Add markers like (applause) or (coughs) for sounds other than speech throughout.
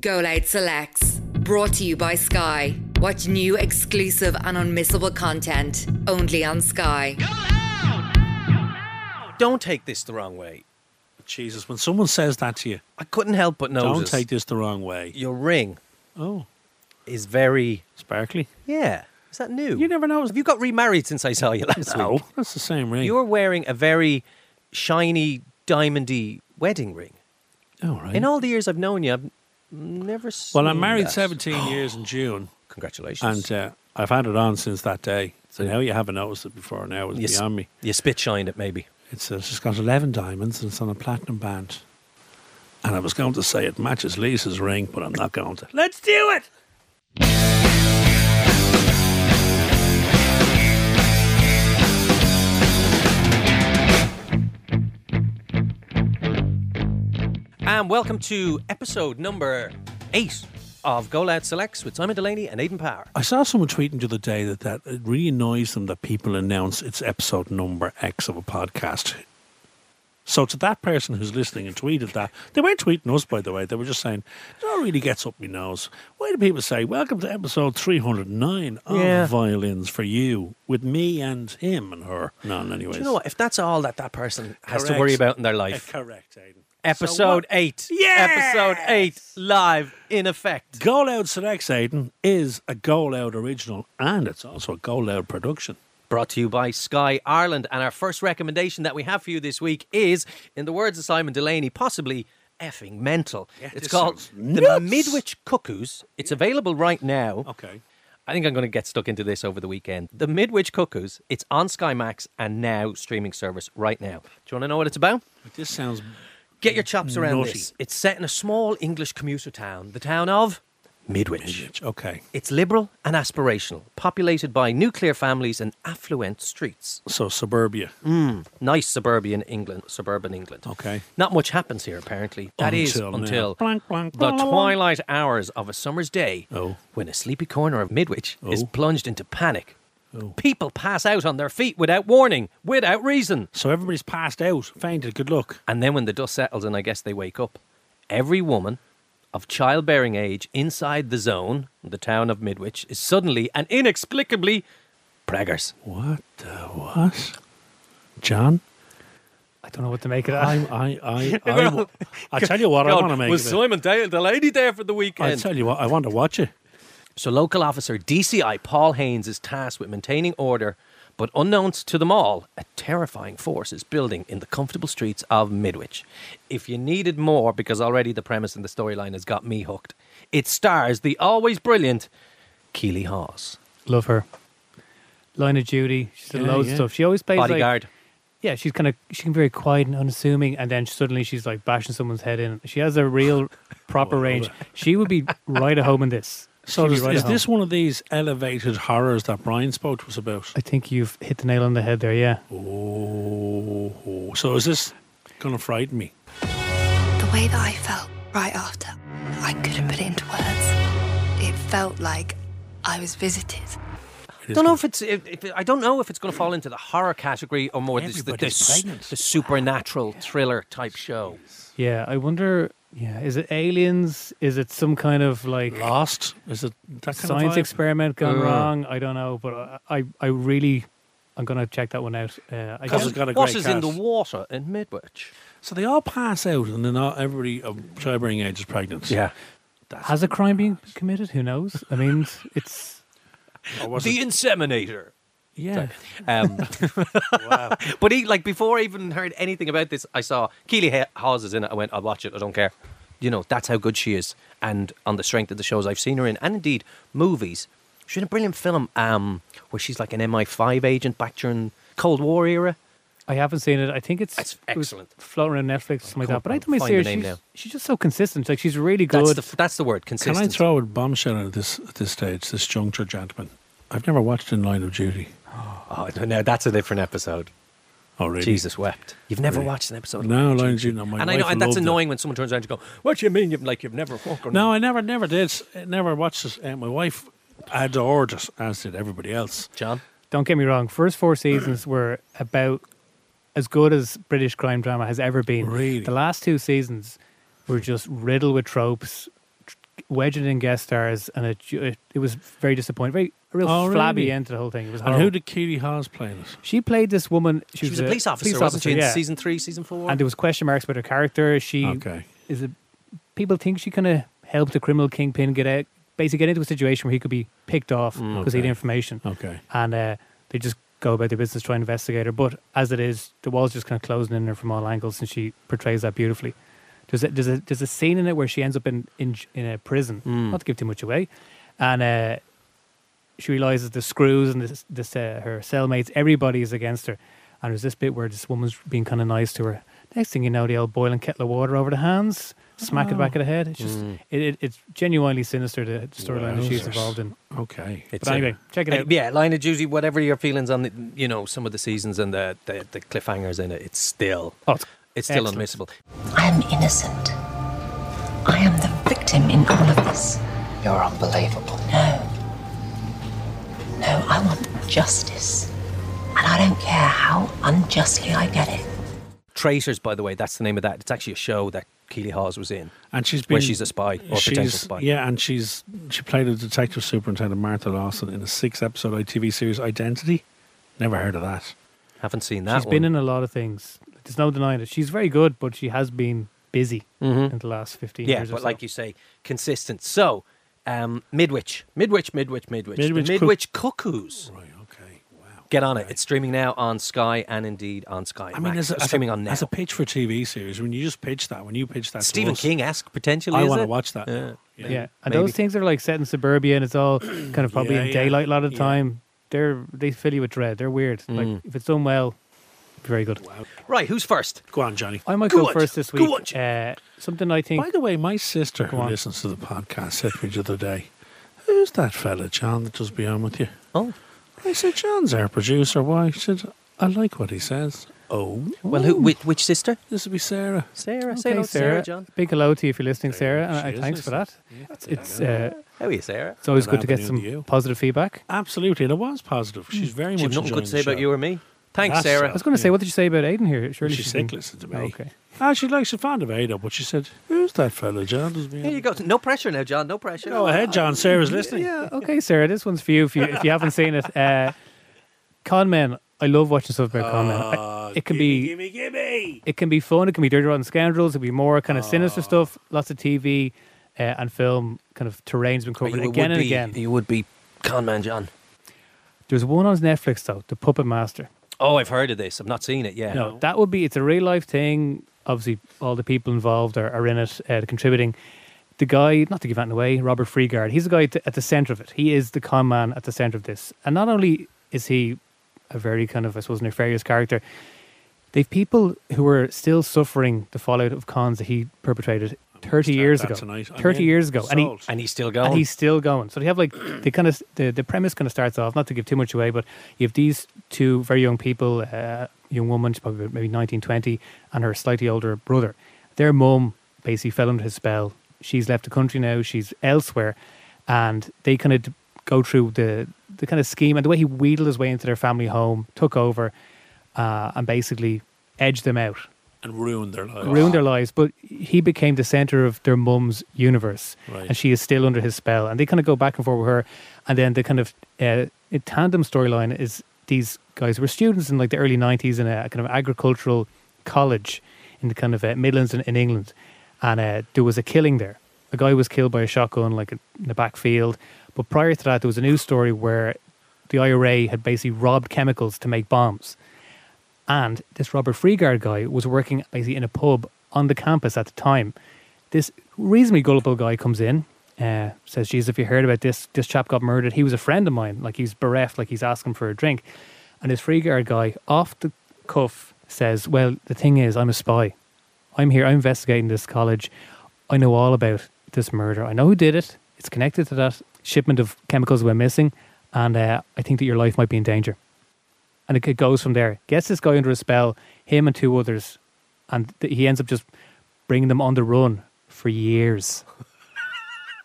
Go Loud Selects, brought to you by Sky. Watch new, exclusive, and unmissable content only on Sky. Don't take this the wrong way. Jesus, when someone says that to you, I couldn't help but notice. don't take this the wrong way. Your ring Oh, is very. sparkly. Yeah. Is that new? You never know. Have you got remarried since I saw you last No, week? that's the same ring. You're wearing a very shiny, diamondy wedding ring. oh, right. In all the years I've known you, I've never seen well, I'm married that. 17 years in (gasps) June, Congratulations. and uh, I've had it on since that day. So now you haven't noticed it before. Now it's you, s- beyond me. you spit shined it, maybe. It's, uh, it's got 11 diamonds and it's on a platinum band. And I was going to say it matches Lisa's ring, but I'm not going to. Let's do it! And welcome to episode number eight of Go Loud Selects with Simon Delaney and Aidan Power. I saw someone tweeting the other day that, that it really annoys them that people announce it's episode number X of a podcast. So to that person who's listening and tweeted that, they weren't tweeting us, by the way. They were just saying, "That really gets up my nose." Why do people say, "Welcome to episode 309 of Yeah. Violins for You" with me and him and her? None, anyways. Do you know what? If that's all that that person has to Correct. worry about in their Uh, life, correct, Aidan. episode So what- eight. Yes! Episode eight, live in effect. Go Loud Selects, Aidan, is a Go Loud original, and it's also a Go Loud production. Brought to you by Sky Ireland. And our first recommendation that we have for you this week is, in the words of Simon Delaney, possibly effing mental. Yeah, it's this called sounds The nuts. Oh. Midwich Cuckoos. It's available right now. Okay. I think I'm going to get stuck into this over the weekend. The Midwich Cuckoos, it's on Sky Max and now streaming service right now. Do you want to know what it's about? But this sounds Get your chops around Naughty. this. It's set in a small English commuter town, the town of Midwich. okay. It's liberal and aspirational, populated by nuclear families and affluent streets. So suburbia. Mm. Nice suburban England, suburban England. Okay. Not much happens here, apparently. That is Oh. Until now. until Blank, blank, the blank, blank. twilight hours of a summer's day, Oh. when a sleepy corner of Midwich is Oh. plunged into panic. Oh. People pass out on their feet without warning, without reason. So everybody's passed out, fainted. Good luck. And then when the dust settles and I guess they wake up, every woman of childbearing age inside the zone, the town of Midwich, is suddenly and inexplicably preggers. What the what? John, I don't know what to make of that. I'm, I, (laughs) I, I, I tell you what, I want to make was it. Simon Dale the lady there for the I weekend? tell you what, I want to watch it. so local officer DCI Paul Haynes is tasked with maintaining order, but unknowns to them all, a terrifying force is building in the comfortable streets of Midwich. If you needed more, because already the premise and the storyline has got me hooked, it stars the always brilliant Keely Hawes. Love her. Line of Duty. She's done Yeah, loads yeah. of stuff. She always plays Like, Bodyguard. yeah, she's kind of she can be very quiet and unassuming, and then suddenly she's like bashing someone's head in. She has (laughs) a Oh, real proper range. She would be right at home in this. So She'd be is, right is at home. this one of these elevated horrors that Brian spoke to us about? I think you've hit the nail on the head there. Yeah. Oh, so is this gonna frighten me? The way that I felt right after, I couldn't put it into words. It felt like I was visited. It is don't know gonna- if it's. If, if, I don't know if it's going to fall into the horror category or more this, the, Everybody's this, pregnant. the supernatural thriller type show. Yeah. I wonder. Yeah. Is it aliens? Is it some kind of like Lost is it that kind science of vibe? experiment gone Mm. wrong? I don't know, but I I, I really I'm gonna check that one out. Uh, I Because guess- it's got a What great is in the cast. water in Midwich? So they all pass out, and then all, everybody um, of childbearing age is pregnant. That's, Has a crime been committed? Who knows? I mean, it's or was the it- inseminator. yeah. (laughs) Um, (laughs) But he, like before I even heard anything about this, I saw Keely Ha- Hawes is in it. I went, I'll watch it. I don't care. You know, that's how good she is. And on the strength of the shows I've seen her in, and indeed movies. She's in a brilliant film um, where she's like an MI5 agent back during Cold War era. I haven't seen it. I think it's That's it was excellent. floating around Netflix or something like Cool. that. But I I'll don't mind find the serious. name She's, now. she's just so consistent. Like she's really good. That's the, that's the word, Can I consistency. throw a bombshell at this at this stage, this juncture, gentlemen? I've never watched In Line of Duty. Oh, no, no, that's a different episode. Oh, really? Jesus wept. You've never Really? watched an episode. of No, Line of Line of Duty. Duty. No, my and I wife know, and that's loved it. annoying when someone turns around and go, "What do you mean? You've like you've never fucking No, I never, never did. Never watched this. Uh, my wife adored it, as did everybody else. John." Don't get me wrong. First (clears throat) four seasons were about as good as British crime drama has ever been. Really? The last two seasons were just riddled with tropes, tr- wedged it in guest stars, and it ju- it, it was very disappointing. Very a real Oh, flabby really? end to the whole thing. It was And horrible. who did Katie Haas play in it? she played this woman? She, She was a police officer, wasn't she? In yeah. season three, season four. and there was question marks about her character. She Okay. is a people think she kind of helped the criminal kingpin get out, basically get into a situation where he could be picked off because he Okay. had information, Okay. and uh, they just go about their business trying to investigate her. But as it is, the wall's just kind of closing in on her from all angles, and she portrays that beautifully. There's a, there's a there's a scene in it where she ends up in in, j- in a prison. Hmm. Not to give too much away, and. Uh, she realizes the screws and this, this uh, her cellmates, everybody is against her. And there's this bit where this woman's being kind of nice to her. Next thing you know, the old boiling kettle of water over the hands, smack it back of the head. It's just Hmm. it, it, it's genuinely sinister the storyline that she's Wowzers. involved in. Okay. It's But a- anyway, check it Uh, out. yeah, Line of Duty. Whatever your feelings on the, you know, some of the seasons and the the, the cliffhangers in it, it's still Oh, it's it's still excellent. unmissable. I am innocent. I am the victim in all of this. You're unbelievable. No. No, I want justice. And I don't care how unjustly I get it. Traitors, by the way, that's the name of that. It's actually a show that Keely Hawes was in. And she's been Where she's a spy or potential she's- spy. Yeah, and she's she played a detective superintendent Martha Lawson in a six episode ITV series Identity. Never heard of that. Haven't seen that. She's been one. in a lot of things. There's no denying it. She's very good, but she has been busy in the last 15 Mm-hmm. yeah, years or but so. like you say, consistent. So, um, Midwich, Midwich, Midwich, Midwich, The Midwich Cuck- Midwich Cuckoos. Right, okay. Wow. Get on it. It's streaming now on Sky and indeed on Sky. I mean, Max. as a, It's as, streaming a, on now. as a pitch for a TV series, when you just pitch that, when you pitch that, to Stephen us, King esque potentially. I is want to it? watch that. Yeah. yeah. Yeah. And maybe. those things are like set in suburbia and (clears throat) it's all kind of probably Yeah, in yeah. daylight a lot of the Yeah. time. They're, they fill you with dread. They're weird. Mm. Like, if it's done well, very good. Right, who's first? Go on, Johnny. I might Go go, on, first this go week. on, Jim. Uh, something I think. By the way, my sister who on. listens to the podcast said to me the other day, "Who's that fella, John, that does be on with you?" Oh, I said, "John's our producer." Why? She said, "I like what he says." Oh, well, who? Which, which sister? This would be Sarah. Sarah. Okay, say hello, to Sarah. John. Big hello to you if you're listening, Sarah. And she I, is thanks for that. It's it's, uh, How are you, Sarah? it's always Good good to get avenue some to you. positive feedback. Absolutely, and it was positive. Hmm. She's very She much have nothing good enjoying to the say about show. you or me. Thanks, That's Sarah. I was going to say, Yeah. what did you say about Aiden here? Surely She's she's been- sick. Listen to me. Okay. Ah, she likes the fond of Ada, but she said, "Who's that fella, John?" Does Here you me go. No pressure now, John. No pressure. Uh, go ahead, John. Sarah's listening. Yeah, okay, Sarah. This one's for you if you if you haven't seen it. Uh, con men. I love watching stuff about con men. Ah. I- it can be Uh, gimme, gimme. it can be fun. It can be Dirty Rotten Scoundrels. It can be more kind of Ah. sinister stuff. Lots of TV uh, and film kind of terrain's been But covered you would again and be- again. You would be con man, John. There's one on Netflix though, The Puppet Master. Oh, I've heard of this. I've not seen it yet. No, that would be it's a real life thing. Obviously, all the people involved are, are in it, uh, contributing. The guy, not to give that away, Robert Freeguard, he's the guy at the- at the center of it. He is the con man at the center of this. And not only is he a very kind of, I suppose, nefarious character, they've people who are still suffering the fallout of cons that he perpetrated 30 start years that ago. tonight. I'm 30 in. years ago. And he, Sold. And he's still going. and he's still going. So they have like they kind of the, the premise kind of starts off not to give too much away, but you have these two very young people, uh, young woman, she's probably about maybe 19, 20, and her slightly older brother. Their mum basically fell under his spell. She's left the country now. She's elsewhere, and they kind of d- go through the the kind of scheme and the way he wheedled his way into their family home, took over, uh, and basically edged them out and ruined their lives. ruined their lives, but he became the center of their mum's universe, Right. and she is still under his spell. And they kind of go back and forth with her, and then the kind of uh, a tandem storyline is these guys were students in like the early '90s in a kind of agricultural college in the kind of uh, Midlands in, in England, and uh, there was a killing there. A guy was killed by a shotgun, like in the backfield. But prior to that, there was a news story where the IRA had basically robbed chemicals to make bombs. And this Robert Freeguard guy was working basically in a pub on the campus at the time. This reasonably gullible guy comes in, uh, says, "Jeez, if you heard about this, this chap got murdered. He was a friend of mine. Like he's bereft. Like he's asking for a drink." And this Freeguard guy, off the cuff, says, "Well, the thing is, I'm a spy. I'm here. I'm investigating this college. I know all about this murder. I know who did it. It's connected to that shipment of chemicals that went missing, and uh, I think that your life might be in danger." and it, it goes from there. Gets this guy under a spell, him and two others, and th- he ends up just bringing them on the run (laughs) for years.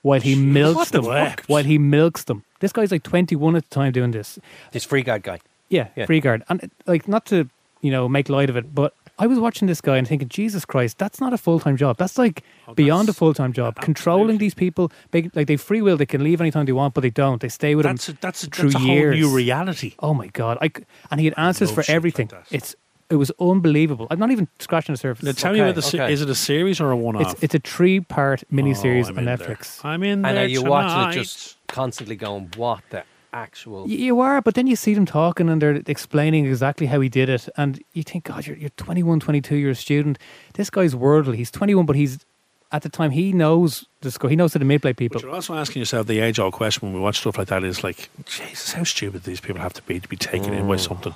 while he milks what the them, fuck? while he milks them. This guy's like twenty-one at the time doing this. this free guard guy. Yeah, Yeah. free guard, and uh, like not to you know make light of it, but I was watching this guy and thinking, Jesus Christ, that's not a full time job. That's like beyond a Oh, that's- full time job. Controlling absolutely. these people, they, like they free will, they can leave anytime they want, but they don't. They stay with him. That's a, that's a, through that's a whole years. new reality. Oh my god! I c and he had answers love for shit like everything. that. it's it was unbelievable. I'm not even scratching the surface. Now, tell me Okay, about the se- okay. is it a series or a one off? It's it's a three part miniseries on Netflix. Oh, I'm in there. And are you tonight. watching it just constantly going, what the actual? Y- You are, but then you see them talking and they're explaining exactly how he did it, and you think, God, you're you're 21, 22, you're a student. This guy's worldly. He's 21, but he's at the time he knows the score. He knows how to manipulate people. But you're also asking yourself the age old question when we watch stuff like that is like, Jesus, how stupid these people have to be to be taken in by something.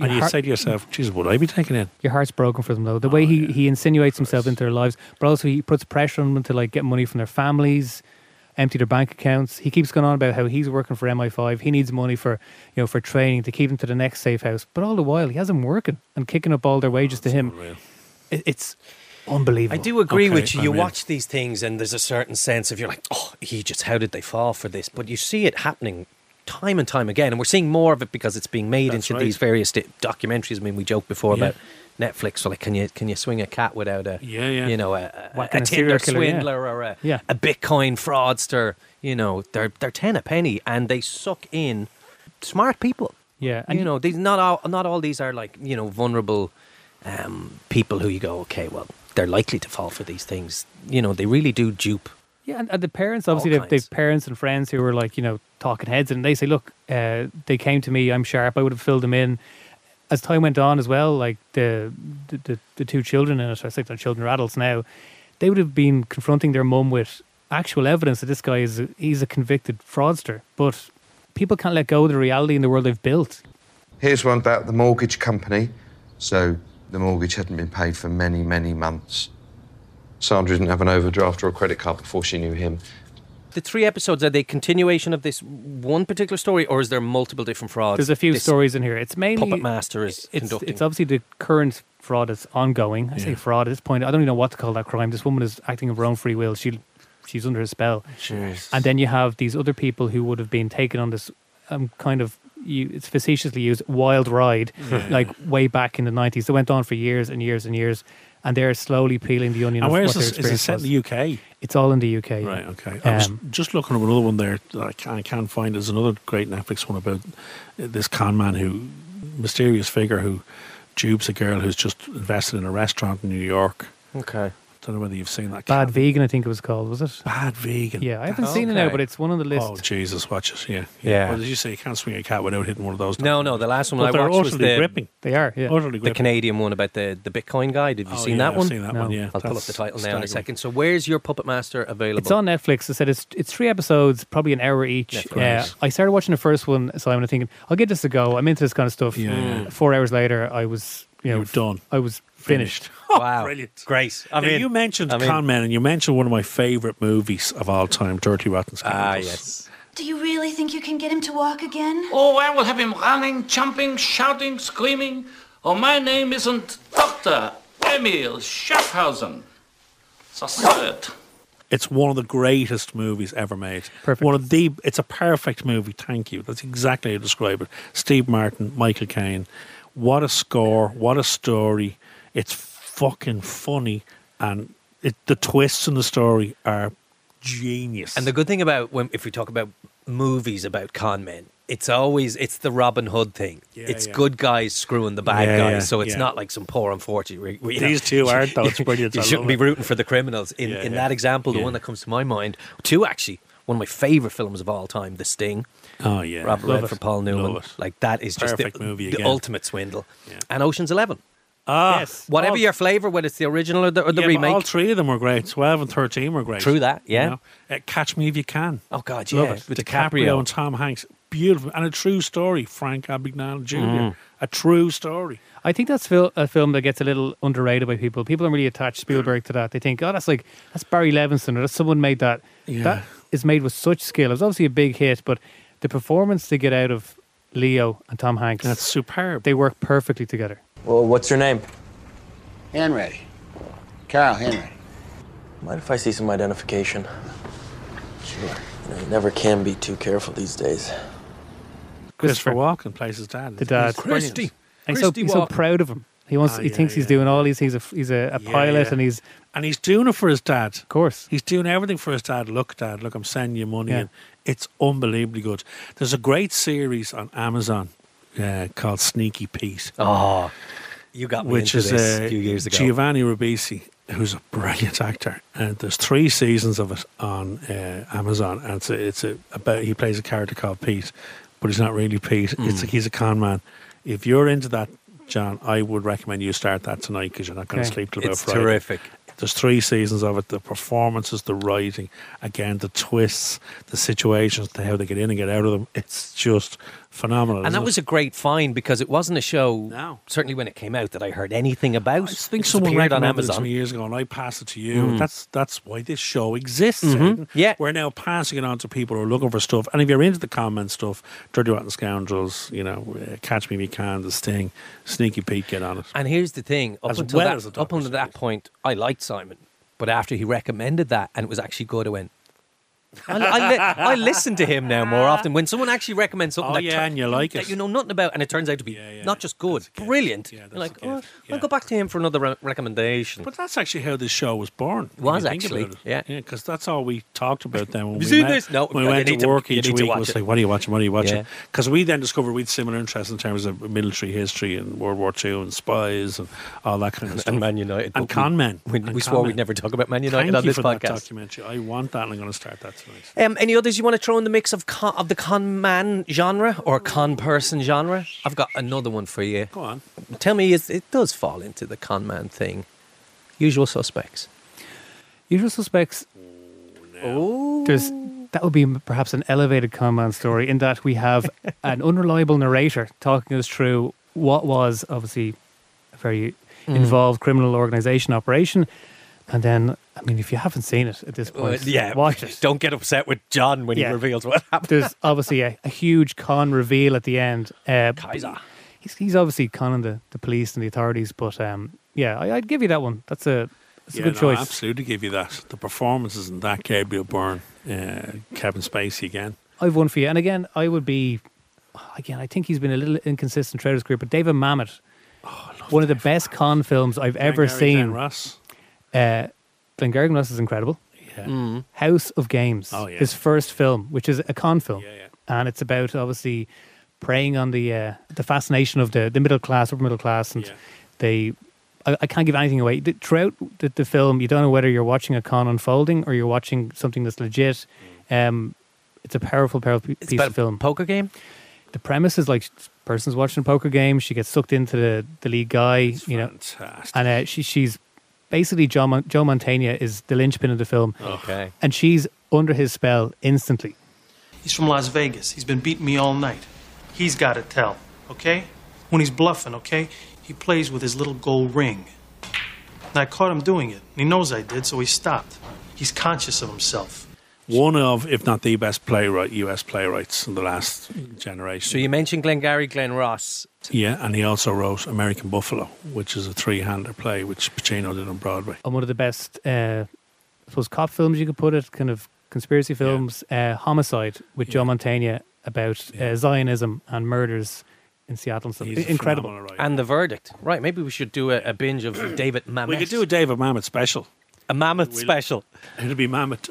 And you har- say to yourself, Jesus, would I be taken in? Your heart's broken for them though. The Oh, way he, he insinuates himself into their lives, but also he puts pressure on them to like get money from their families, empty their bank accounts. He keeps going on about how he's working for MI5. He needs money for you know for training to keep him to the next safe house. But all the while he has them working and kicking up all their wages to him. It, it's unbelievable. Oh, I do agree Okay, with you. You I'm in. watch these things, and there's a certain sense of you're like, oh, Egypt, how did they fall for this? But you see it happening time and time again, and we're seeing more of it because it's being made That's into right. these various di- documentaries. I mean, we joked before Yeah. about Netflix. So like, can you can you swing a cat without a Yeah, yeah. you know a, a, a, Whacking a Tinder serial killer, yeah. swindler or a Yeah. a Bitcoin fraudster? You know, they're they're ten a penny, and they suck in smart people. Yeah, And you know, these not all not all these are like you know vulnerable um, people who you go, okay, well, they're likely to fall for these things. You know, they really do dupe. Yeah, and, and the parents All obviously they've, kinds. they've parents and friends who were like you know talking heads, and they say, look, uh, they came to me. I'm sharp. I would have filled them in. As time went on, as well, like the the, the, the two children in it, I think their children are adults now, they would have been confronting their mum with actual evidence that this guy is a, he's a convicted fraudster. But people can't let go of the reality in the world they've built. Here's one about the mortgage company. So the mortgage hadn't been paid for many, many months. Sandra didn't have an overdraft or a credit card before she knew him. The three episodes are they continuation of this one particular story, or is there multiple different frauds? There's a few This stories in here. It's mainly Puppet master is it's, conducting. It's obviously the current fraud that's ongoing. I say fraud at this point. I don't even know what to call that crime. This woman is acting of her own free will. She she's under a spell. And then you have these other people who would have been taken on this um, kind of you, it's facetiously used wild ride, (laughs) like way back in the nineties. They went on for years and years and years, and they're slowly peeling the onion. And of where is what their this? Is it experience set in was. the UK? It's all in the UK. yeah. Right, okay. I was Um, just looking at another one there that I can't, I can't find. There's another great Netflix one about this con man who, mysterious figure who dupes a girl who's just invested in a restaurant in New York. okay. don't know whether you've seen that. Bad Can't- vegan, I think it was called. Was it? Bad vegan. Yeah, I haven't That's- seen it now, okay. but it's one on the list. Oh Jesus, watch it. Yeah, Yeah. Well, as you say, you can't swing a cat without hitting one of those. No, no. The last one But I they're watched was utterly the gripping. they are. Yeah. Utterly the gripping. Canadian one about the the Bitcoin guy. Have you Oh, seen yeah, that one? I've seen that one. No. Yeah, I'll pull up the That's title now in a staggering. second. So, where's your Puppet Master available? It's on Netflix. I said it's it's three episodes, probably an hour each. Yeah, Netflix. I started watching the first one, so I'm thinking I'll give this a go. I'm into this kind of stuff. Uh, Yeah, yeah. Four hours later, I was you know Mm. You're done. I was (laughs) finished. wow, Oh, Brilliant. great. I Now, mean, you mentioned I mean- Con Man, and you mentioned one of my favourite movies of all time, Dirty Rotten ah, Scoundrels. yes. Do you really think you can get him to walk again? Oh, I will have him running, jumping, shouting, screaming. Oh, my name isn't Dr. Emil Schaffhausen. The third. It's one of the greatest movies ever made. Perfect. One of the. It's a perfect movie. Thank you. That's exactly how you describe it. Steve Martin, Michael Caine. What a score! What a story! It's fucking funny, and it, the twists in the story are genius. And the good thing about when if we talk about movies about con men, it's always it's the Robin Hood thing. Yeah, it's yeah. good guys screwing the bad Yeah, guys, yeah, so it's yeah. not like some poor unfortunate. where- where, you know, These two aren't though. It's (laughs) brilliant. You I shouldn't love be it. rooting for the criminals. In Yeah, in yeah. that example, the Yeah. one that comes to my mind, two actually, one of my favorite films of all time, The Sting. Oh yeah, Robert Love Redford, it. Paul Newman, Love it. like that is just Perfect the, movie the again. ultimate swindle. Yeah. And Ocean's Eleven, Ah, Yes. Oh, whatever All- your flavor, whether it's the original or the, or the yeah, but remake. All three of them were great. Twelve and thirteen were great. True that, yeah. Uh, Catch Me If You Can. oh God, yeah, Love it. with DiCaprio. and Tom Hanks. Beautiful and a true story. Frank Abagnale Jr. Mm. A true story. I think that's fil- a film that gets a little underrated by people. People don't really attach Spielberg to that. They think, oh, that's like that's Barry Levinson or that's someone made that. Yeah. That is made with such skill. It was obviously a big hit, but the performance they get out of Leo and Tom Hanks, That's superb. they work perfectly together. Well, what's your name? Henry. Carol Henry. Mind if I see some identification? Sure. You, know, you never can be too careful these days. Christopher Walken plays his dad. The dad. He's brilliant. Christy. And he's so, Christy he's so Walken. proud of him. He wants. Ah, he yeah, thinks he's doing all these things. He's a, he's a, a Yeah, pilot, yeah. and he's and he's doing it for his dad. Of course, he's doing everything for his dad. Look, dad, look, I'm sending you money, Yeah. and it's unbelievably good. There's a great series on Amazon uh, called Sneaky Pete. Oh, you got me Ah, which into is this uh, a few years ago. Giovanni Ribisi, who's a brilliant actor, and there's three seasons of it on uh, Amazon, and it's, a, it's a, about he plays a character called Pete, but he's not really Pete. It's Mm. like he's a con man. If you're into that, John, I would recommend you start that tonight because you're not going to Okay. sleep till about It's Friday. terrific. There's three seasons of it. The performances, the writing, again the twists, the situations, the how they get in and get out of them. It's just phenomenal. And that isn't it? was a great find because it wasn't a show, certainly when it came out, that I heard anything about. I I think someone appeared on recommended it to Amazon. me years ago, and I passed it to you. Mm. That's that's why this show exists. Mhm. Yeah, we're now passing it on to people who are looking for stuff. And if you're into the comment stuff, Dirty Rotten Scoundrels, you know, uh, Catch Me If You Can, The Sting, Sneaky Pete, get on it. And here's the thing: up As until well that, as a up until that point, I liked Simon, but after he recommended that and it was actually good, I went. I, I, li- I listen to him now more often. When someone actually recommends something Oh, that, yeah, and you like that it. you know nothing about, and it turns out to be not just good, brilliant, you're like, oh, I'll go back to him for another re- recommendation. But that's actually how this show was born. if Was you think actually, about it. yeah, because that's all we talked about then. When Have we (laughs) you seen met, this? No, when no, we you went to need to- work you each need to week, it watch was it. like, what are you watching? What are you Yeah. watching? Because we then discovered we had similar interests in terms of military history and World War Two and spies and all that kind of stuff. and Man United and but con we- men. We, And we con swore men. we'd never talk about Man (laughs) United Thank on you this for That podcast. documentary, I want that, and I'm going to start that tonight. Um, any others you want to throw in the mix of con, of the con man genre or con person genre? I've got another one for you. Go on. Tell me, is, it does fall into the con man thing. Usual suspects. Usual Suspects. Oh, there's that would be m- perhaps an elevated con man story in that we (laughs) have an unreliable narrator talking us through what was obviously a very Mm. involved criminal organization operation, and then I mean, if you haven't seen it at this Uh, point, yeah, watch it. Don't get upset with John when Yeah. he reveals what happened. There's obviously a, a huge con reveal at the end. Uh, Kaiser. He's, he's obviously conning the, the police and the authorities, but um, yeah, I, I'd give you that one. That's a that's a Yeah, good no, choice. Absolutely, give you that. The performances in that Gabriel Byrne, uh, Kevin Spacey again. I've one for you. And again, I would be, again, I think he's been a little inconsistent throughout his career, but David Mamet, Oh, one of the best con films I've ever Glengarry Glen seen. Ross. Uh, Glengarrigan Ross is incredible. Yeah. Mm. House of Games, Oh, yeah. his first film, which is a con film. And it's about obviously preying on the uh, the fascination of the, the middle class, upper middle class. And they, I, I can't give anything away. The, throughout the, the film, you don't know whether you're watching a con unfolding or you're watching something that's legit. Um, it's a powerful, powerful piece about of film. poker game? The premise is like person's watching a poker game. She gets sucked into the, the lead guy, you know, and uh, she, she's basically Joe, Mon- Joe Montana is the linchpin of the film. Okay. And she's under his spell instantly. He's from Las Vegas. He's been beating me all night. He's got to tell, okay? When he's bluffing, okay? He plays with his little gold ring. And I caught him doing it. And he knows I did, so he stopped. He's conscious of himself. One of, if not the best playwright, US playwrights in the last generation. So you mentioned Glengarry Glen Ross. Yeah, and he also wrote American Buffalo, which is a three-hander play which Pacino did on Broadway. And one of the best, uh, I suppose, cop films you could put it, kind of conspiracy films, uh, Homicide with Joe Montana about uh, Zionism and murders in Seattle and stuff. He's a Incredible. phenomenal And the verdict. Right, maybe we should do a, a binge of (clears throat) David Mamet. We could do a David Mamet special. A Mamet special. It'll be Mamet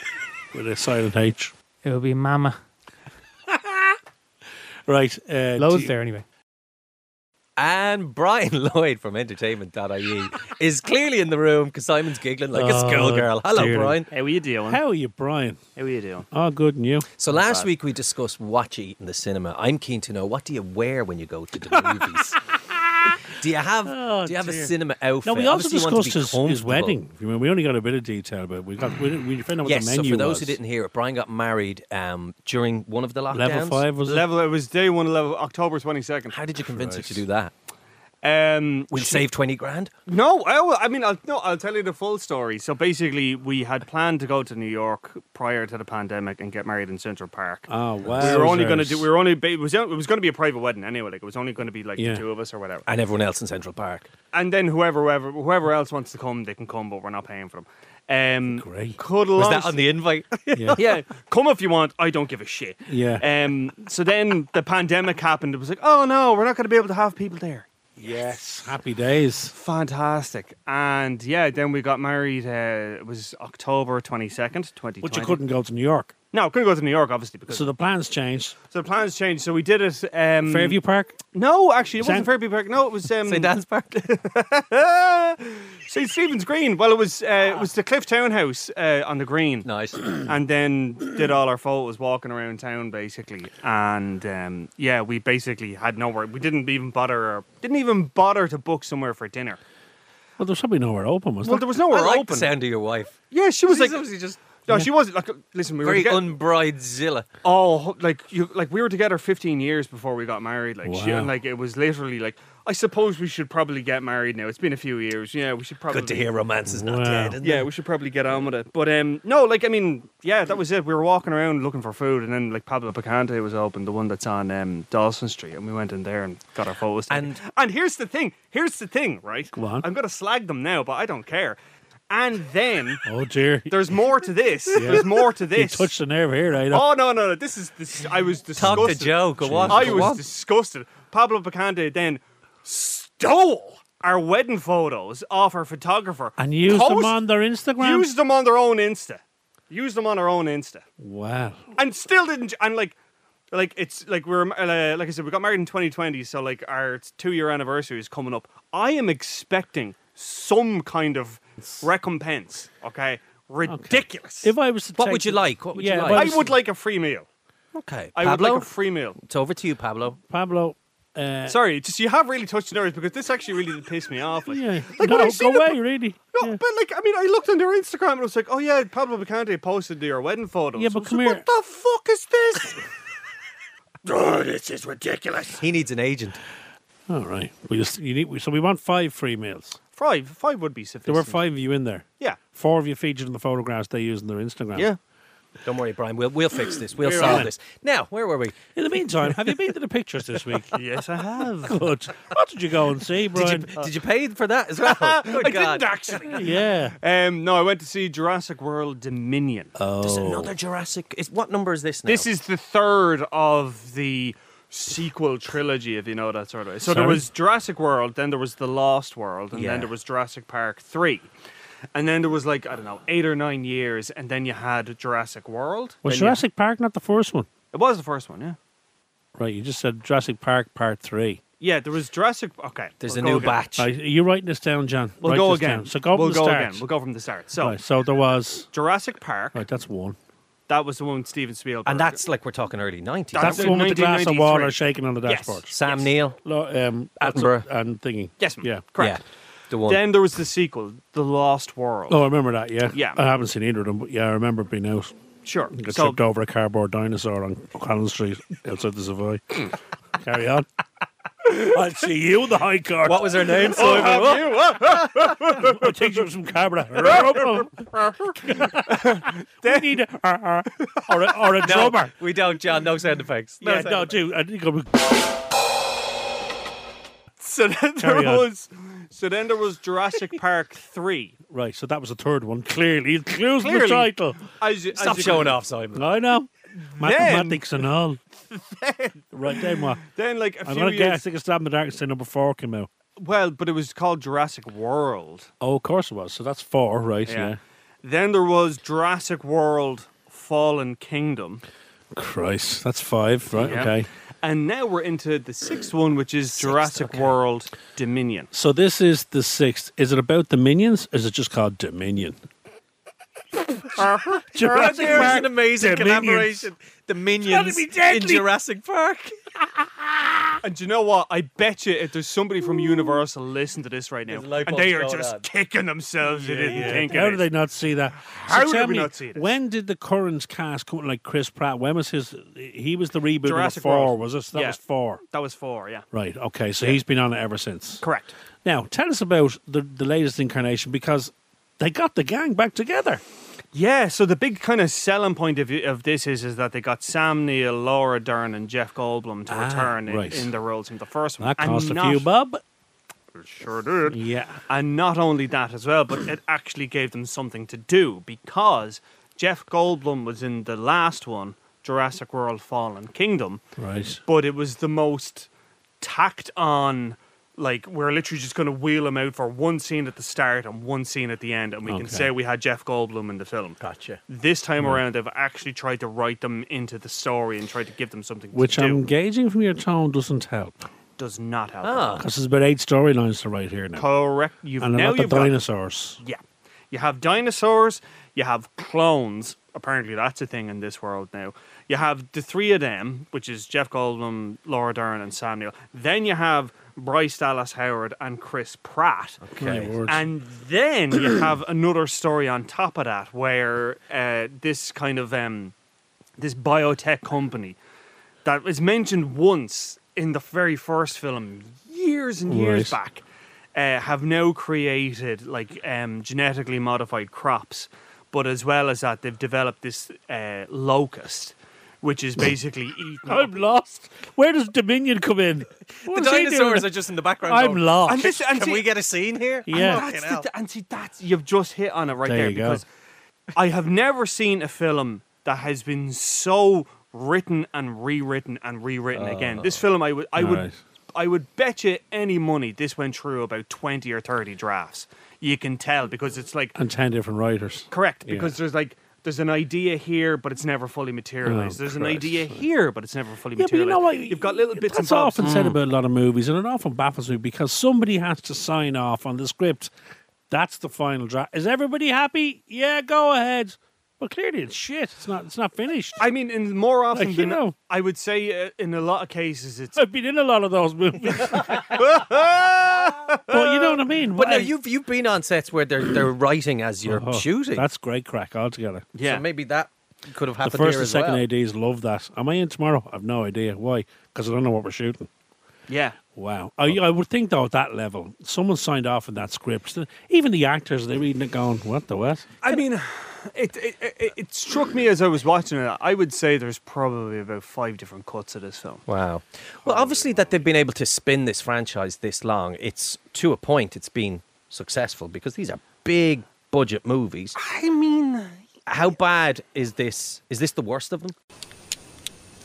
(laughs) with a silent H. It would be Mama. Right. Uh, Lowe's do you- there anyway. And Brian (laughs) Lloyd from entertainment.ie E is clearly in the room because Simon's giggling like a Oh, schoolgirl. Hello, dear. Brian. How are you doing? How are you, Brian? How are you doing? Oh, good, and you? So Not last bad. week we discussed watchy in the cinema. I'm keen to know what do you wear when you go to (laughs) the movies? do you have do you have a Oh, dear. cinema outfit? No, we also Obviously you want to discussed his, be his comfortable. wedding. I mean, we only got a bit of detail, but we got we, didn't- we found out what Yes, the menu so for those was. who didn't hear it, Brian got married um, during one of the lockdowns. level. It? was day one, level October twenty second. How did you convince her to do that? Um, We'll save 20 grand? No, I, will- I mean, I'll, no, I'll tell you the full story. So basically, we had planned to go to New York prior to the pandemic and get married in Central Park. Ah, Oh, We were only wowzers. going to do. We were only. It was, it was going to be a private wedding anyway. Like it was only going to be like Yeah. the two of us or whatever. And everyone else in Central Park. And then whoever, whoever, whoever else wants to come, they can come, but we're not paying for them. Um, Great. Could Was long that on the (laughs) invite? yeah. come if you want. I don't give a shit. Yeah. Um. So then the pandemic happened. It was like, oh no, we're not going to be able to have people there. Yes. Happy days. Fantastic. And yeah, then we got married. Uh, it was October 22nd, 2020. But you couldn't go to New York. No, couldn't go to New York, obviously. Because So the plans changed. So the plans changed. So we did it. Um, Fairview Park? No, actually, it San- wasn't Fairview Park. No, it was um, St. Anne's (laughs) Park. St. Stephen's Green. Well, it was uh, it was the Cliff Townhouse uh, on the Green. (clears throat) Nice. and then did all our photos walking around town, basically. And um, yeah, we basically had nowhere. We didn't even bother. Didn't even bother to book somewhere for dinner. Well, there's probably nowhere open, was Well, there was nowhere I like open. the sound of your wife. Yeah, she was She's like obviously just no, Yeah. she wasn't like. Listen, we Very were together. unbridezilla. oh, like you, like we were together 15 years before we got married. Like, she, Wow. and like it was literally like. I suppose we should probably get married now. It's been a few years. Yeah, we should probably. Good to hear romance is not dead. Isn't yeah, it? we should probably get on with it. But um, no, like I mean, yeah, that was it. We were walking around looking for food, and then like Pablo Picante was open, the one that's on um, Dawson Street, and we went in there and got our photos. And and here's the thing. Here's the thing, right? Go on. I'm gonna slag them now, but I don't care. And then Oh, dear. there's more to this. Yeah. There's more to this. You touched the nerve here, right? Oh no no no! This is this. I was disgusted. to Joe, go on, I go was on. disgusted. Pablo Picante then stole our wedding photos off our photographer And used them Post- on their Instagram? Used them on their own Insta. Used them on our own Insta, Wow. and still didn't. And like, like it's like we're uh, like I said, we got married in 2020, so like our two-year anniversary is coming up. I am expecting some kind of recompense. Okay, ridiculous. If I was to What take would you the- like? What would Yeah, you if like? I would like a free meal. Okay, I Pablo. would like a free meal. It's over to you, Pablo. Pablo. Uh, Sorry, just you have really touched the nerves because this actually really did piss me off. Like, Yeah. like no, when I go seen the- away, really. No, but like I mean, I looked on their Instagram and I was like, oh yeah, Pablo Bacante posted your wedding photos. Yeah, I but was come like, here. What the fuck is this? (laughs) Oh, this is ridiculous. He needs an agent. All right. We just you need. we- So we want five free meals. five, five would be sufficient. There were five of you in there. Yeah. Four of you featured in the photographs they used in their Instagram. Yeah. Don't worry, Brian. We'll we'll fix this. We'll You're solve on. this. Now, where were we? In the meantime, have you been to the pictures this week? (laughs) yes, I have. Good. What did you go and see, Brian? Did you, did you pay for that as well? (laughs) I Oh, Good God. didn't actually. (laughs) Yeah. Um, no, I went to see Jurassic World Dominion. Oh. There's another Jurassic. Is, what number is this now? This is the third of the sequel trilogy, if you know that sort of way. So there Sorry? was Jurassic World, then there was The Lost World, and Yeah. then there was Jurassic Park 3. And then there was like, I don't know, eight or nine years, and then you had Jurassic World. Was then you- Jurassic Park not the first one? It was the first one, yeah. Right. You just said Jurassic Park Part Three. Yeah, there was Jurassic. Okay. There's a we'll go new again. batch. Right, are you writing this down, John? We'll Write go this again. down. So go we'll from the go start. again. We'll go from the start. So Right, so there was. Jurassic Park. Right, that's one. That was the one with Steven Spielberg. and that's like we're talking early 90s. That's the one with the glass of 1993. water shaking on the Yes. dashboard. Sam Neill. Lo- um, Attenborough. and thingy. Yes, ma'am. Yeah. correct. Yeah, the one. Then there was the sequel, The Lost World. Oh, I remember that. Yeah. Yeah. I haven't seen either of them, but yeah, I remember it being out. Sure. I got So- tripped over a cardboard dinosaur on Cannon Street outside the (laughs) Savoy. Carry on. I'll see you in the High Court. What was her name? Oh, Simon? have What? you? I (laughs) take you some cardboard. we need a, or a, or a No, drummer. we don't, John. No sound effects. No Yeah, sound no, dude. I think I'm- So then there Carry on. was. So then there was Jurassic Park three. Right, so that was the third one. Clearly, it clues the Clearly. title. As you, Stop as you- showing off, Simon. I know. Then- Mathematics and all. right, then what? Then like a I'm few going to guess. I years. think it's Stab in the Dark and say number four came out. Well, but it was called Jurassic World. Oh, of course it was. So that's four, right? Yeah. Then there was Jurassic World Fallen Kingdom. Christ, that's five, right? Yeah. Okay. And now we're into the sixth one, which is Jurassic World Dominion. So this is the sixth. Is it about the minions? Or is it just called Dominion? Uh-huh. (laughs) Jurassic There's Park an amazing Dominions. collaboration. The minions be in deadly. Jurassic Park. (laughs) And do you know what? I bet you if there's somebody from Universal listening to this right now, There's a light and bulb they are going just on. kicking themselves, they didn't think How of did it. they not see that? How did tell we me, not see this? When did the current cast come? Like Chris Pratt, when was his? He was the reboot Jurassic of four, World. was it? So that Yeah. was four. That was four, yeah. Right. Okay. So he's been on it ever since. Correct. Now, tell us about the, the latest incarnation because they got the gang back together. Yeah, so the big kind of selling point of, of this is is that they got Sam Neill, Laura Dern, and Jeff Goldblum to Ah, return in, right. in the roles from the first one. That And cost a not- few bob. Sure did. Yeah. And not only that as well, but it actually gave them something to do because Jeff Goldblum was in the last one, Jurassic World Fallen Kingdom, Right. but it was the most tacked on like we're literally just going to wheel him out for one scene at the start and one scene at the end, and we can Okay. say we had Jeff Goldblum in the film. Gotcha. This time Yeah. around, they've actually tried to write them into the story and tried to give them something Which to I'm do. gauging from your tone doesn't help. Does not help. Because there's about eight storylines to write here now. Correct. You've Ah. and now about the you've got- dinosaurs. Yeah. You have dinosaurs, you have clones. Apparently, that's a thing in this world now. You have the three of them, which is Jeff Goldblum, Laura Dern, and Samuel. Then you have Bryce Dallas Howard and Chris Pratt. Okay. My word. And then you have (clears throat) another story on top of that where uh, this kind of um, this biotech company that was mentioned once in the very first film years and years Right. back uh, have now created like um, genetically modified crops, but as well as that, they've developed this uh, locust, which is basically (coughs) eaten. I'm lost. Where does Dominion come (laughs) in? The dinosaurs are just in the background. I'm lost. And this- and see- get a scene here? And Yeah. that's the- and see, that's you've just hit on it right There there, you go. because I have never seen a film that has been so written and rewritten and rewritten again. This Oh. film, I would, I would, Alright. I would bet you any money this went through about twenty or thirty drafts. You can tell because it's like and ten different writers. Correct, Yeah. because there's like there's an idea here, but it's never fully materialized. there's an Oh, Christ. idea here, but it's never fully Yeah, but you materialized. know what? You've got little bits and That's bobs. often said about a lot of movies, and it often baffles me because somebody has to sign off on the script. That's the final draft. Is everybody happy? Yeah, go ahead. But clearly, it's shit. It's not. It's not finished. I mean, in more often Like, you than know. I would say, uh, in a lot of (laughs) cases, (laughs) it's I've been in a lot of those (laughs) movies. but you know what I mean. But now I- you've you've been on sets where they're (clears throat) they're writing as you're Oh, shooting. That's great crack altogether. So maybe that could have The happened first here and as second well. ADs love that. Am I in tomorrow? I've no idea. Why? Because I don't know what we're shooting. yeah. Wow. I, I would think, though, at that level, someone signed off on that script. Even the actors, they're reading it going, what the what? I mean, it it, it it struck me as I was watching it. I would say there's probably about five different cuts of this film. Wow. Well, obviously that they've been able to spin this franchise this long, it's to a point it's been successful because these are big budget movies. I mean, How bad is this? Is this the worst of them?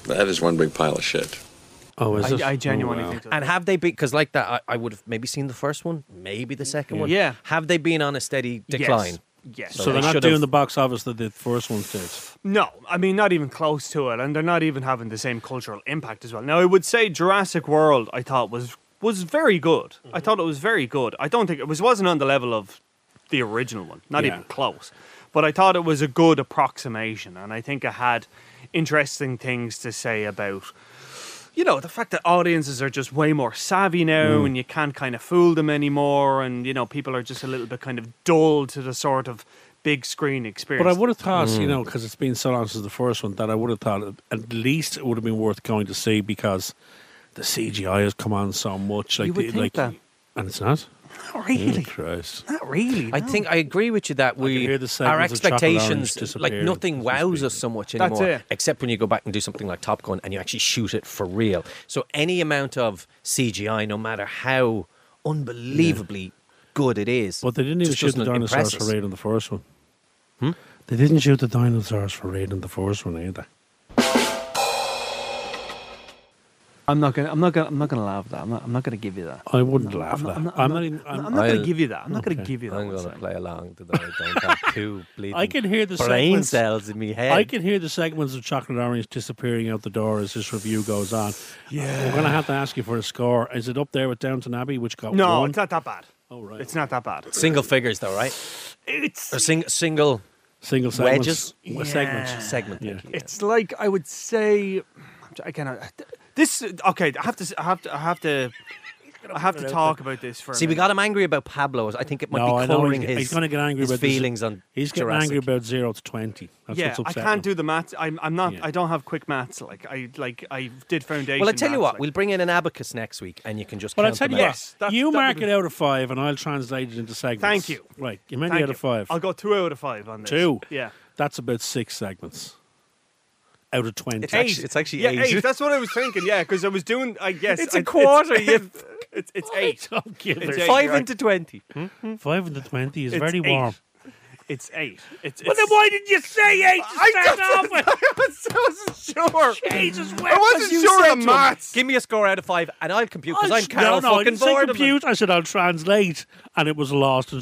That is one big pile of shit. Oh, is I- it? I genuinely think so. And have they been? Because like that, I, I would have maybe seen the first one, maybe the second one. Yeah. Have they been on a steady decline? So, they're not doing the box office that the first one did. No, I mean not even close to it, and they're not even having the same cultural impact as well. Now, I would say Jurassic World, I thought was was very good. Mm-hmm. I thought it was very good. I don't think it was wasn't on the level of the original one, not Yeah. even close. But I thought it was a good approximation, and I think it had interesting things to say about. You know, the fact that audiences are just way more savvy now Mm. and you can't kind of fool them anymore, and, you know, people are just a little bit kind of dull to the sort of big screen experience. But I would have thought, you Mm. know, because it's been so long since the first one, that I would have thought at- at least it would have been worth going to see because the CGI has come on so much. Like, You would the- think like, that. and it's not. Not Oh, Christ. Not really. I think I agree with you that we our segments of chocolate orange expectations like disappearing nothing wows us so much That's anymore. it. Except when you go back and do something like Top Gun and you actually shoot it for real. So any amount of CGI, no matter how unbelievably good it is, But they didn't even just shoot the doesn't impress dinosaurs for us. Hmm? raid on the first one. They didn't shoot the dinosaurs for raid on the first one either. I'm not gonna. I'm not gonna. I'm not gonna laugh at that. I'm not. I'm not gonna give you that. I wouldn't laugh I'm at not- that. I'm I'm not- I'm not not- even- I'm I'm- not gonna I'll- give you that. I'm not gonna Okay. give you that. I'm going to play along to that. I don't have two bleeding eh? (laughs) I can hear the brain segments- cells in my head. I can hear the segments of chocolate orange disappearing out the door as this review goes on. Yeah. we're gonna have to ask you for a score. Is it up there with Downton Abbey, which got No, one? it's not that bad. Oh right, it's not that bad. Single figures, though, right? It's or sing, single single wedges, Yeah. segments, segment. thank you, yeah. It's like I would say. I'm tr- I cannot. This okay. I have to. s- I have to. I have to. I have to talk about this for. a See, we minute. got him angry about Pablo. I think it might no, I be know colouring he's, his, he's gonna get angry his about this. feelings on He's getting Jurassic. angry about zero to twenty. That's yeah, what's I upsetting can't him. do the maths. I'm. I'm not. I don't have quick maths. Like I. Like I did foundation. Well, I tell you maths, what, like- we'll bring in an abacus next week, and you can just. Well, I count tell you them what, out. you mark it out of five, and I'll translate it into segments. Thank you. Right, you many Thank out of five. I'll go two out of five on this. Two. Yeah. That's about six segments out of twenty. (laughs) yeah, That's what I was thinking. Yeah, because I was doing. I guess It's a a quarter, you- It's, it's, it's eight. give (laughs) It's a- eight, Five right? into 20. Five into twenty is It's very eight. warm. It's eight. It's, Well, then why didn't you say eight to start off with? I was so (laughs) sure. Jesus, I wasn't sure of maths. Give me a score out of five, and I'll compute because I I'm s- Carol no, no, I fucking didn't say bored. of it. compute. I said I'll translate, and it was lost in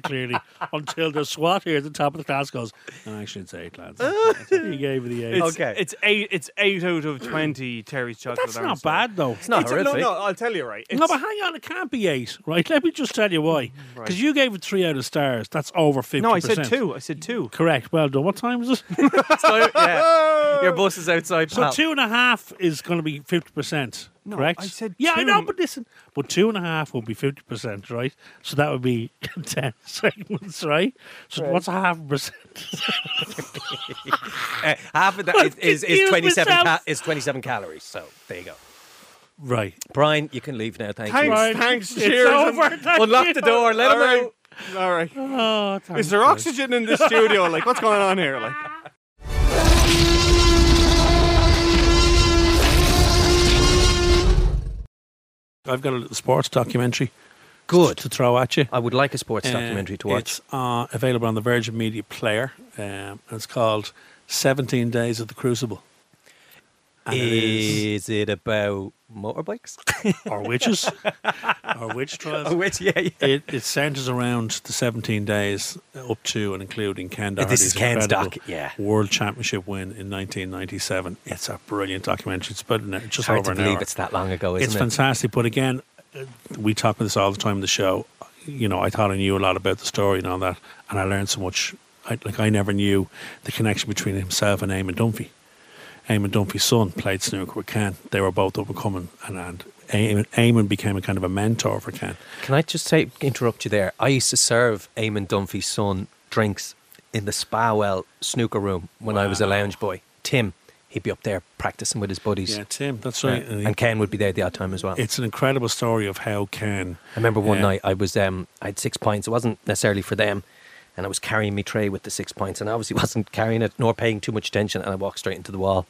(laughs) clearly until the SWAT here at the top of the class goes, "No, actually, it's (laughs) eight, lads." he gave me the eight. It's, It's eight. It's eight out of twenty. Terry's chocolate. That's Orange not Soda. bad, though. It's not No, horrific. no. I'll tell you right. no, but hang on, it can't be eight, right? Let me just tell you why. Mm, Because Right. you gave it three out of stars. That's over fifty. No, I said two. I said (laughs) two. Correct. Well done. What (laughs) time is it? So, yeah. (laughs) Your bus is outside. so pal. two and a half is going to be fifty percent. No, correct. I said yeah, I two. know, but listen, but two and a half will be fifty percent, right? So that would be (laughs) ten segments, right? So Right. what's a half percent? Uh, half (laughs) of that I've is, is, is confused twenty-seven. Ca- myself. is twenty-seven calories. So there you go. Right, Brian, you can leave now. Thank you. Thanks, thanks, cheers. (laughs) Unlock the door. Let him out. All right. All right. Is there oxygen in the studio? Like, what's going on here? (laughs) Like, I've got a little sports documentary. Good to throw at you. I would like a sports Uh, documentary to watch. It's uh, available on the Virgin Media Player. Um, and it's called 17 Days of the Crucible. And it is- Is it about (laughs) motorbikes or (laughs) witches or witch trials? Or Eh. witch, yeah, yeah. It, it centres around the 17 days up to and including Ken This Doherty's is Ken's incredible doc, yeah. World Championship win in 1997. It's a brilliant documentary. It's about an, hour- just Hard over to an believe hour. it's that long ago, It's isn't it? fantastic. But again, uh, we talk about this all the time in the show. You know, I thought I knew a lot about the story and all that, and I learned so much. I, like I never knew the connection between himself and Eamon Dunphy. Eamon Dunphy's son played snooker with Ken. They were both up and coming, and, and Eamon, Eamon became a kind of a mentor for Ken. Can I just say, interrupt you there? I used to serve Eamon Dunphy's son drinks in the Spawell snooker room when I was a lounge boy. Tim, he'd be up there practicing with his buddies. Yeah, Tim, that's right. Yeah, And Ken would be there at the odd time as well. uh, It's an incredible story of how Ken. I remember one Yeah. night I was um, I had six pints. It wasn't necessarily for them, and I was carrying my tray with the six pints, and I obviously (laughs) wasn't carrying it nor paying too much attention, and I walked straight into the wall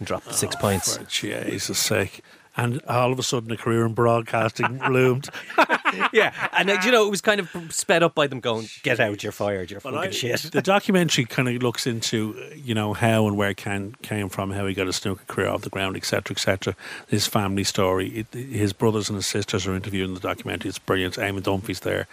and dropped the six pints. Oh, For Jesus' sake. And all of a sudden, a career in broadcasting (laughs) loomed. (laughs) yeah, and uh, you know it was kind of sped up by them going, "Get out! You're fired! You're fucking shit." The documentary kind of looks into uh, you know how and where Ken came from, how he got his snooker career off the ground, etc., etc. His family story. It, his brothers and his sisters are interviewed in the documentary. It's brilliant. Eamon Dunphy's there.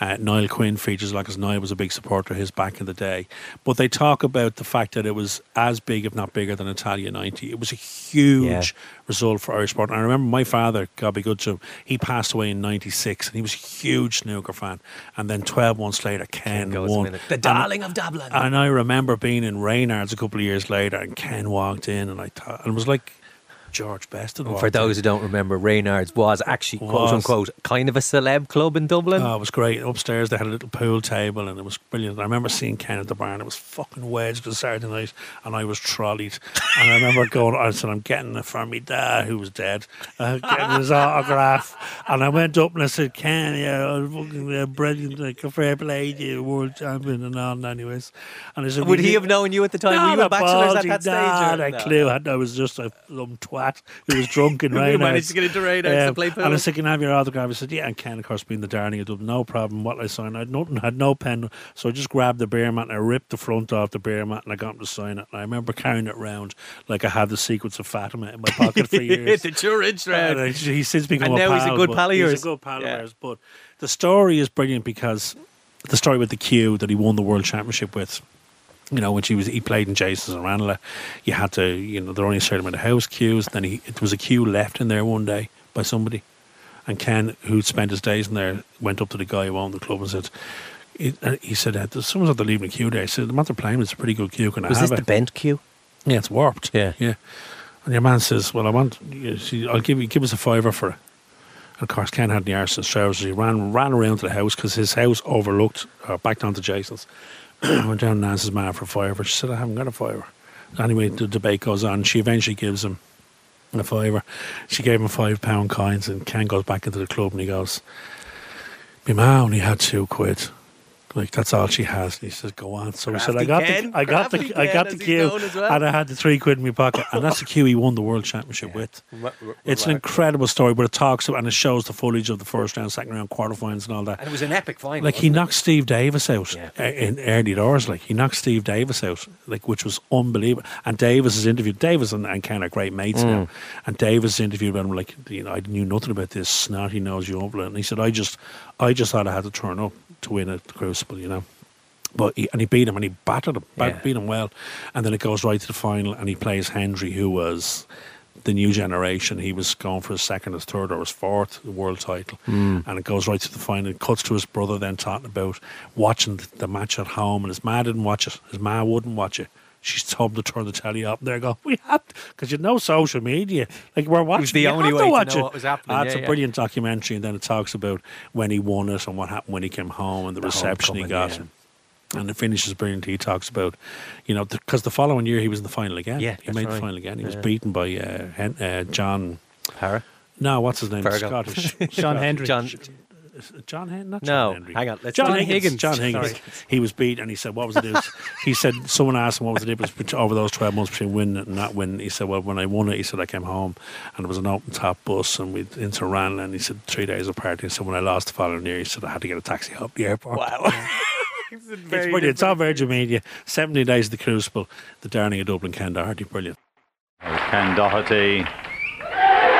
Uh, Niall Quinn features like as Niall was a big supporter of his back in the day. But they talk about the fact that it was as big, if not bigger, than Italia '90. It was a huge Yeah. result for Irish sport. And I remember my father, God be good to him, he passed away in '96, and he was a huge snooker fan. And then 12 months later, (laughs) Ken, goes a won. minute. The And- darling of Dublin. And I remember being in Reynards a couple of years later, and Ken walked in, and I thought, and it was like George Best. And for those who don't remember, Reynards was actually quote Was. unquote kind of a celeb club in Dublin. Oh, it was great. Upstairs, they had a little pool table and it was brilliant. And I remember seeing Ken at the bar and it was fucking wedged on Saturday night and I was trolleyed. and (laughs) I remember going, I said, I'm getting it for me dad who was dead, uh, getting his autograph. And I went up and I said, Ken, yeah, I was fucking uh, brilliant, like a fair play, to you, world champion and all, and anyways. And I said, Would "We he did- have known you at the time? No, Were you the a bachelor's at baldy, that stage? Nah, or- no No. (laughs) clue. I, I was just a lum twat who was drunk in Who Reynolds. managed to get into Reynolds to play pool. And I said, can I have your autograph? I said, yeah. And Ken, of course, being the darling, I did no problem. What I signed, I had nothing, had no pen. So I just grabbed the beer mat and I ripped the front off the beer mat and I got him to sign it. And I remember carrying it round like I had the secrets of Fatima in my pocket (laughs) for years. the Turin round. And I- he's since become And a now pal, he's a good but pal of he's a yours. good pal of Yeah. ours, But the story is brilliant because the story with the Q that he won the world championship with. You know, when he was he played in Jason's and Ranelagh, you had to you know there were only a certain amount of house queues. Then he it was a queue left in there one day by somebody, and Ken, who'd spent his days in there, went up to the guy who owned the club and said. He, uh, he said, uh, there's someone's at the leaving the queue there. He said, the matter playing, it's a pretty good queue. Can I Was have this it? the bent queue? Yeah, it's warped. Yeah. Yeah. And your man says, Well, I want, you see, I'll give you, give us a fiver for it. And of course, Ken had the arse in his trousers. He ran, ran around to the house because his house overlooked, or back down to Jason's. (clears throat) Went down and asked his man for a fiver. She said, I haven't got a fiver. Anyway, the debate goes on. She eventually gives him a fiver. She gave him five pound coins, and Ken goes back into the club and he goes, My ma only had two quid. Like that's all she has. And he says, "Go on." So he said, Crafty "I got Ken. the, I got Crafty the, I Ken, got as the he's cue, known as well. and I had the three quid in my pocket, and that's the cue he won the world championship with." It's an incredible story, but it talks and it shows the foliage of the first round, second round, quarterfinals, and all that. And it was an epic final. Like he wasn't it? knocked Steve Davis out uh, in early doors. Like he knocked Steve Davis out, like which was unbelievable. And Davis is interviewed. Davis and, and Ken are great mates now. Mm. And Davis is interviewed about him like you know I knew nothing about this snotty nose you And he said I just I just thought I had to turn up to win at the Crucible, you know. But he, and he beat him and he battered him, bat- Yeah. beat him well, and then it goes right to the final and he plays Hendry, who was the new generation. He was going for his second, his third, or his fourth world title, Hmm. Mm. and it goes right to the final. It cuts to his brother then talking about watching th- the match at home, and his ma didn't watch it. His ma wouldn't watch it. She's told him to turn the telly up. There, go. (laughs) We have because you know social media. Like we're watching. the you only have way to to watch know it. what was happening, Ah, it's yeah, a yeah. brilliant documentary, and then it talks about when he won it and what happened when he came home and the, reception he homecoming, got. And the finish is brilliant. He talks about, you know, because the following year he was in the final again. Yeah, he that's made the right. final again. He was Yeah. beaten by uh, Hen- uh, John Parra. No, what's his name? Fargo. Scottish. (laughs) uh, John Hendry. John- John Hen- not No, John Henry. hang on, let's- John, John Higgins. Higgins, John sorry. Higgins. He was beat, and he said, "What was (laughs) the difference?" he said, "Someone asked him what was the difference bet- over those twelve months between winning it and not winning." He said, "Well, when I won it, he said I came home, and it was an open top bus, and we into Ranelagh, and he said three days apart." He said, "When I lost the following year, he said I had to get a taxi up the airport." (laughs) Wow. It's brilliant. It's all Virgin Media. 70 Days of the Crucible, The Darning of Dublin, Ken Doherty. Brilliant. Ken Doherty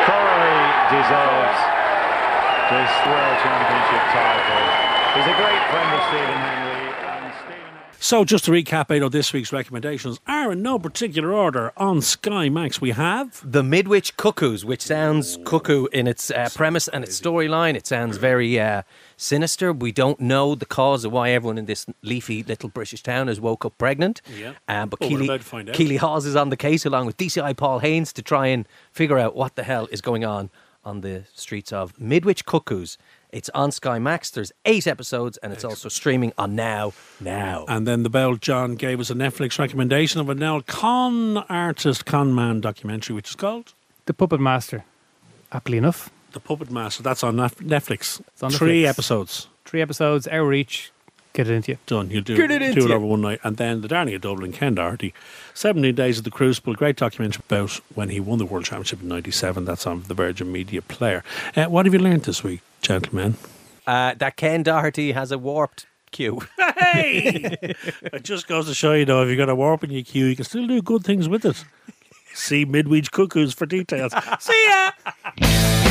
thoroughly deserves this World Championship title. He's a great friend of Stephen Henry. And Stephen So, just to recap, Ado, this week's recommendations are in no particular order. On Sky Max, we have. The Midwich Cuckoos, which sounds cuckoo in its uh, premise and its storyline. It sounds very uh, sinister. We don't know the cause of why everyone in this leafy little British town has woke up pregnant. Yeah. Uh, but Well, we're Keely, about to find out. Keely Hawes is on the case along with DCI Paul Haynes to try and figure out what the hell is going on on the streets of Midwich Cuckoos. It's on Sky Max. There's eight episodes, and it's also streaming on Now. Now. And then the bell John gave us a Netflix recommendation of an old con artist, con man documentary, which is called The Puppet Master. Happily enough. The Puppet Master. That's on Nef- Netflix. It's on Three Netflix. episodes. Three episodes, hour each. Get it into you. Done. You'll do, Get it do into it you. over one night. And then The Darning of Dublin, Ken Doherty. 17 Days of the Crucible. Great documentary about when he won the World Championship in 97. That's on the Virgin Media Player. Uh, what have you learned this week, gentlemen? Uh, that Ken Doherty has a warped cue. Hey! it just goes to show you, though, if you've got a warp in your queue, you can still do good things with it. See Midweech Cuckoos for details. See ya! Henry.